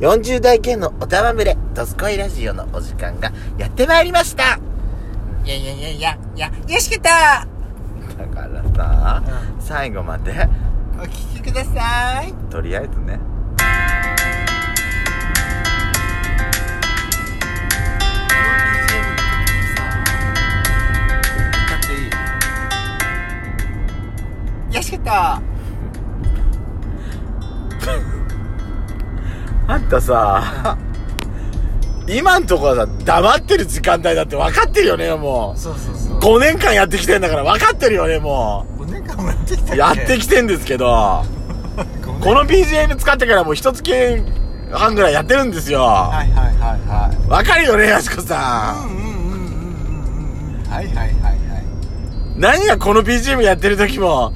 40代系のおたわむれ、ドスコイラジオのお時間がやってまいりましたいやいやいやいやいやよしきただからさ、う最後まで、お聞きくださいとりあえずね。よしきたあんたさ、今んとこはさ、黙ってる時間帯だって分かってるよね、もそうそうそうう。5年間やってきてんだから分かってるよね、も5年間もやってきたっう。けやってきてんですけど、 5こ年の BGM 使ってからもう一月半ぐらいやってるんですよ。はいはいはいはわかるよね、やしこいさうんうんうんうんうんうんはいはいはいはいん。何がこの BGM やってる時も、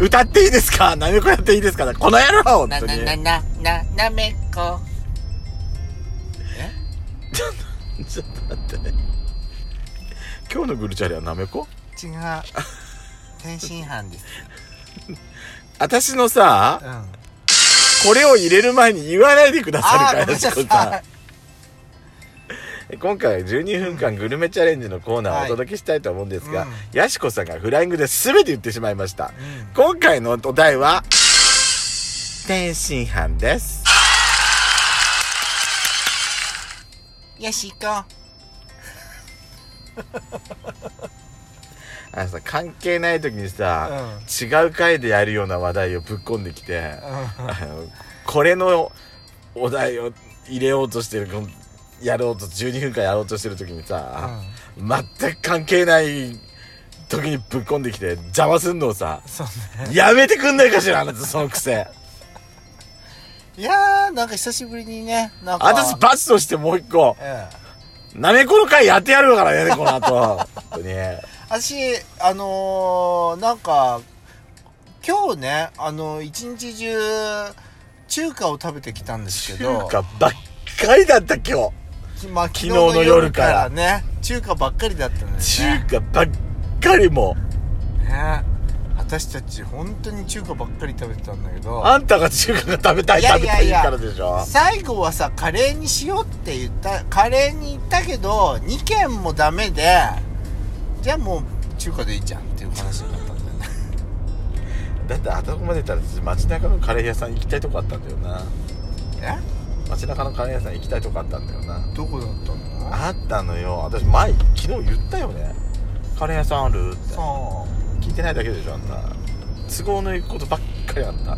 歌っていいですかなめこやっていいですかこの野郎本な当ななに。なななめっこ ちょっと待ってね。今日のグルチャリはなめこ違う 天津飯です私のさう、んあこれを入れる前に言わないでくださーるごか、めやんしなこささいん。今回は12分間グルメチャレンジのコーナーをお届けしたいと思うんですがはい、やしこさんがフライングで全て言ってしまいました。うん今回のお題は、天津飯です。よし行こあのさ関係ない時にさ、違う回でやるような話題をぶっ込んできて、うあのこれのお題を入れようとしてるこのやろうと12分間やろうとしてる時にさ、全く関係ない時にぶっ込んできて邪魔すんのをさそうねやめてくんないかしらあなたその癖いやーなんか久しぶりにねなんか私罰としてもう一個ええなめこの回やってやるからねこの後本当に私あのー、なんか今日ねあの一日中中華を食べてきたんですけ中ど華ばっかりだった今日きまあ、昨日の夜からね中華ばっかりだったんです中華ねばっかりもうね私たち本当に中華ばっかり食べてたんだけどあんたが中華が食べたいいや食いべやたいいやからでしょ最後はさカレーにしようって言ったカレーに行ったけど2軒もダメでじゃあもう中華でいいじゃんっていう話になったんだよねだってあそこまで行ったら街中のカレー屋さん行きたいとこあったんだよなえ街中のカレー屋さん行きたいとこあったんだよなどこだったのあったのよ私前昨日言ったよねカレー屋さんあるってそう聞いてないだけでしょあんた都合のいいことばっかりあんた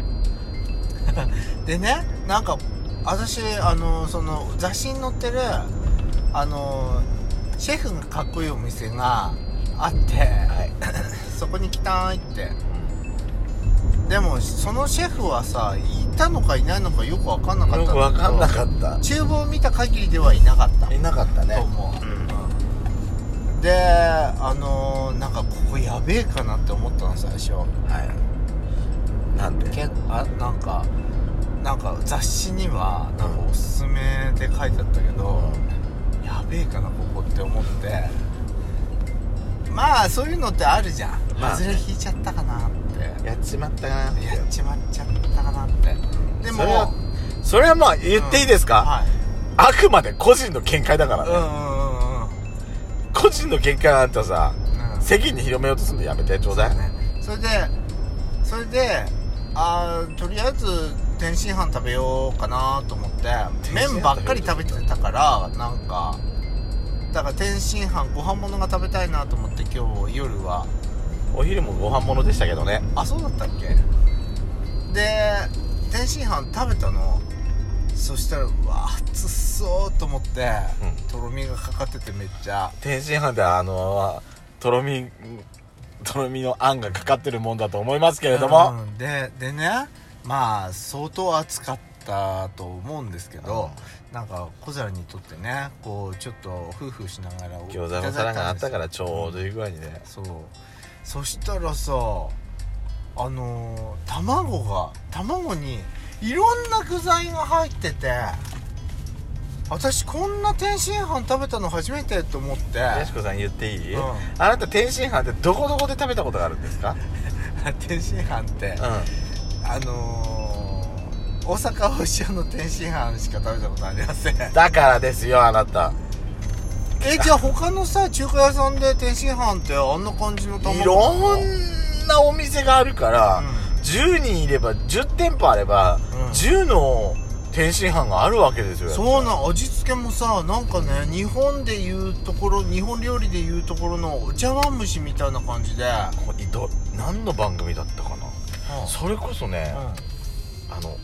でねなんか私あのその雑誌に載ってるあのシェフがかっこいいお店があってはい、そこに来たいってでもそのシェフはさいたのかいないのかよく分かんなかったよくんだ分けどかんなかった厨房を見た限りではいなかったいなかったねと思う、うんであのなんかここやべえかなって思ったの最初はいなんでけあなんかなんか雑誌にはなんかおすすめで書いてあったけど、やべえかなここって思ってまあそういうのってあるじゃん、まあね外れ引いちゃったかなってやっちまったなやっちまっちゃったかなってででもそもれはそれはまあ言っていいですか、はいあくまで個人の見解だからうね、んうんうんうん個人の見解はあんたさうん世間に広めようとするのやめてちょうだいねそれでそれであーとりあえず天津飯食べようかなと思って天津飯麺ばっかり食べてたからなんかだから天津飯ご飯物が食べたいなと思って今日夜はお昼もご飯物でしたけどねあそうだったっけで天津飯食べたのそしたらうわ熱そうと思って、うんとろみがかかっててめっちゃ天津飯であのとろみとろみのあんがかかってるもんだと思いますけれども、うんででねまあ相当暑かったと思うんですけど、なんか小皿にとってねこうちょっと夫婦しながら餃子の皿があったからちょうどいいい具合にねただいたんですよそうそしたらさあのー卵が卵にいろんな具材が入ってて私こんな天津飯食べたの初めてと思ってやしこさん言っていい、うんあなた天津飯ってどこどこで食べたことがあるんですか天津飯っうて、あの大阪お塩の天津飯しか食べたことありませんだからですよあなたえじゃあ他のさ中華屋さんで天津飯ってあんな感じの卵いろんなお店があるから、う10人いれば10店舗あれば、うん10の天津飯があるわけですよそうなん味付けもさなんかね日本でいうところ日本料理でいうところのお茶碗蒸しみたいな感じで、これど何の番組だったかなそれこそね、あの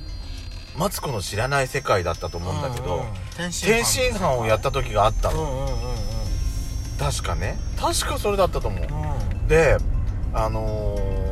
マツコの知らない世界だったと思うんだけど、うう天津飯天津飯をやった時があったうんうの、んうん確かね確かそれだったと思う、うんであのー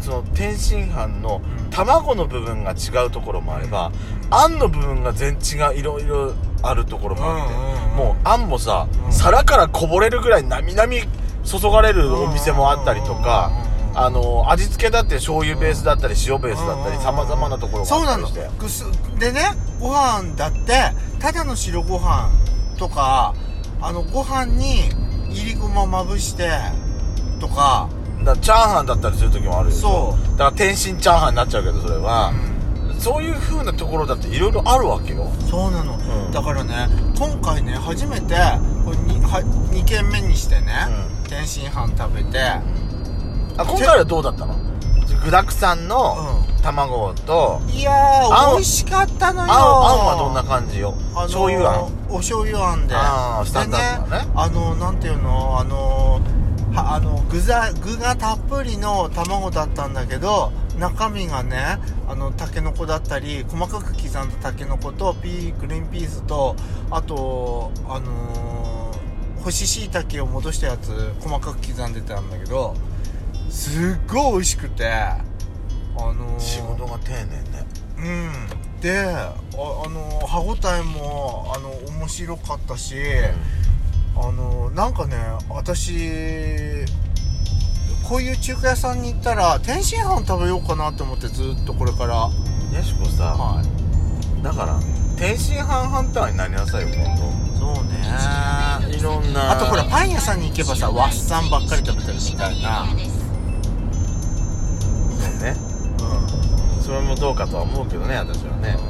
その天津飯のうん卵の部分が違うところもあれば、うんあんの部分が全違ういろいろあるところもあって、うんうんうんもうあんもさ、うん皿からこぼれるぐらいなみなみ注がれるお店もあったりとか、うんうんうんうんあのー味付けだって醤油ベースだったり塩ベースだったりさまざまなところがそうあなったりのしてくすでねご飯だってただの白ご飯とかあのご飯にいりごままぶしてとかだからチャーハンだったりする時もあるよそうだから天津チャーハンになっちゃうけどそれは、うそういう風なところだっていろいろあるわけよそうなの、うんだからね今回ね初めてこれ 2, は2軒目にしてね、天津飯食べてあ今回はどうだったの具沢山の卵と、いやあんー美味しかったのあんよあんはどんな感じよ、あのー醤油あんお醤油あんであースタンダードだねであのなんていうのあのはあの具材具がたっぷりの卵だったんだけど中身がねあのタケノコだったり細かく刻んだタケノコとピーグリーンピースとあとあのー干し椎茸を戻したやつ細かく刻んでたんだけどすっごい美味しくてあのー仕事が丁寧ねうん、でああの歯応えもあの面白かったし、あのなんかね私こういう中華屋さんに行ったら天津飯食べようかなって思ってずっとこれからはやしこさ、いだから天津飯反対になりなさいよ今そうねあ度いろんなとほらパン屋さんに行けばさ和っさんばっかり食べてるみたいな、そうねそれもどうかとは思うけどね私はねう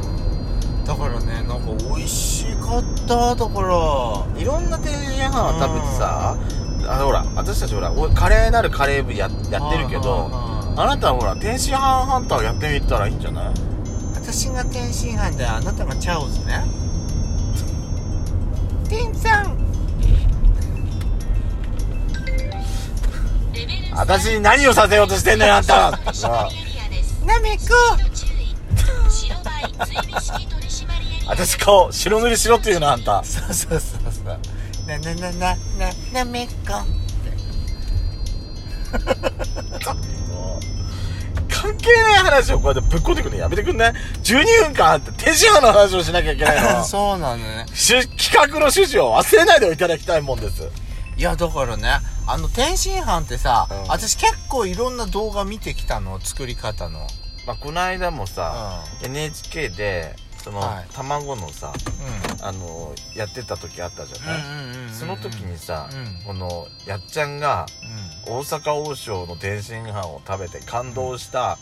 ん、だからねなんか美味しかっただからいろんな天津飯を食べてさ、あのほら私たちほらおカレーなるカレー部ややってるけど、うんあなたはほら天津飯ハンターやってみたらいいんじゃない私が天津飯であなたがチャオズね天さん私に何をさせようとしてんのよあんたさあ なめく私顔白塗りしろっていうのあんたそうそうそうそうななななななめく関係ない話をこうやってぶっこんでくるのやめてくんない ?12 分間あって天津飯の話をしなきゃいけない の そうなのねし企画の趣旨を忘れないでいただきたいもんですいやだからねあの天津飯ってさ、うん私結構いろんな動画見てきたの作り方のまあこの間もさ、う NHK でその、はい卵のさんあのやってた時あったじゃない、うんうんうんその時にさ、うんこのやっちゃんが大阪王将の天津飯を食べて感動した、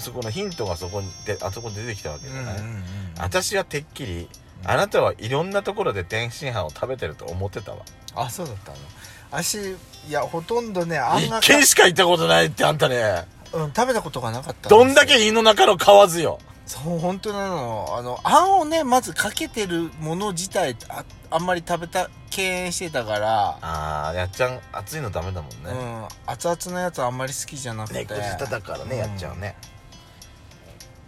そこのヒントがそこにであそこに出てきたわけじうんうゃんない、うんうん私はてっきりうんあなたはいろんなところで天津飯を食べてると思ってたわあそうだったの私いやほとんどねあん一な軒しか行ったことないってあんたねうん、食べたことがなかったどんだけけ胃の中の蛙よそう本当なのあのあんをねまずかけてるもの自体ああんまり食べた敬遠してたから、ああやっちゃん熱いのダメだもんうね、ん熱々のやつあんまり好きじゃなくて猫舌だからね、うんやっちゃうね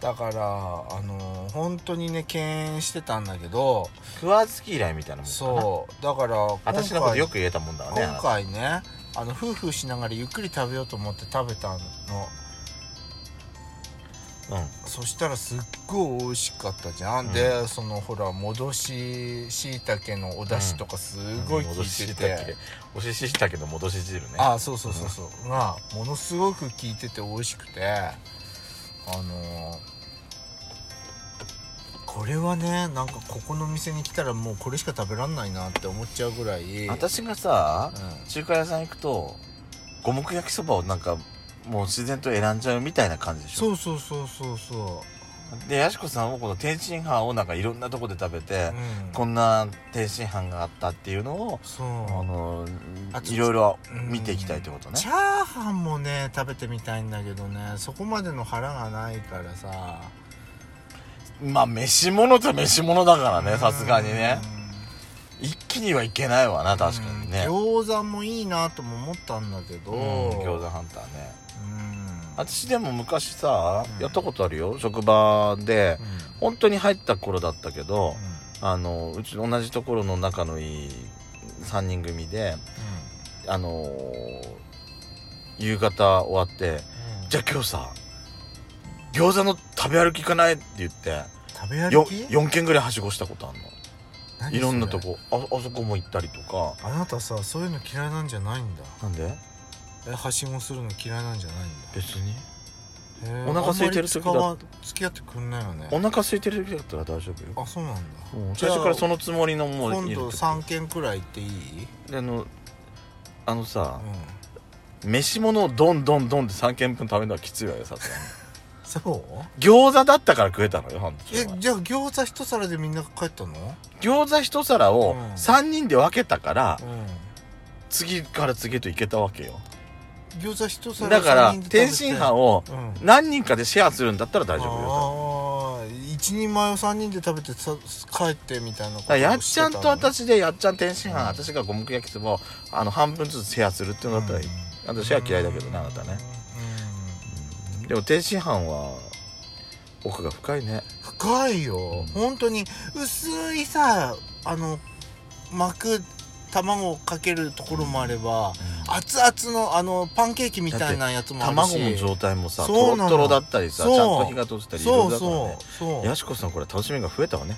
だからあの本当にね敬遠してたんだけど食わず嫌いみたいなもんかなそうだから今回私のことよく言えたもんだわねあな今た回ねあの夫婦しながらゆっくり食べようと思って食べたのうんそしたらすっごい美味しかったじゃん、うんでそのほら戻ししいたけのお出汁とかすごい効戻いしてしてたて、けおしししたけど戻し汁ねあそうそうそうそう、がものすごく効いてて美味しくてあのーこれはねなんかここの店に来たらもうこれしか食べらんないなって思っちゃうぐらい私がさうん、中華屋さん行くと五目焼きそばをなんかもう自然と選んじゃうみたいな感じでしょそうそうそうそうそうでやしこさんはこの天津飯をなんかいろんなとこで食べて、うんこんな天津飯があったっていうのを、そうあのあといろいろ見ていきたいってことねチャーハンもね食べてみたいんだけどねそこまでの腹がないからさまあ飯物と飯物だからねさすがにねうん一気にはいけないわな確かにねうん餃子もいいなとも思ったんだけど、うん餃子ハンターねうん私でも昔さうんやったことあるよ職場でうん本当に入った頃だったけどうんあのうちの同じところの仲のいい3人組であのー夕方終わって「じゃあ今日さ餃子の食べ歩き行かない?」って言って食べ歩よき4軒ぐらいはしごしたことあるの何それいろんなとこああそこも行ったりとかあなたさそういうの嫌いなんじゃないんだなんでえはしごするの嫌いなんじゃないんだ別にへーお腹空いてる時だあんまり使わ付き合ってくんないよねお腹空いてる時だったら大丈夫よあそうなんだうん最初からそのつもりのもう今いる度と3軒くらい行っていいあのあのうさん、飯物をどんどんどんって3軒分食べるのはきついわよさすがにそう餃子だったから食えたのよほんとえじゃあ餃子一皿でみんな帰ったの餃子一皿をうん3人で分けたから、うん次から次へといけたわけよ餃子一皿だから三人で天食べて津飯をうん何人かでシェアするんだったら大丈夫よああー一人前を3人で食べてさ帰ってみたいなことだからをやっちゃんしてとたの私でやっちゃん天津飯、うん私が五目焼きそばをあの半分ずつシェアするっていうのだったらいい、あとシェア嫌いだけどねあなたねでも天津飯は奥が深いねうん深いよ本当に薄いさあの巻く卵をかけるところもあれば、熱々のあのパンケーキみたいなやつもあるし卵の状態もさそトうなのロトロだったりさちそゃうとん火が通ってたりいろいそろうだからねそうそうやしこさんこれ楽しみが増えたわね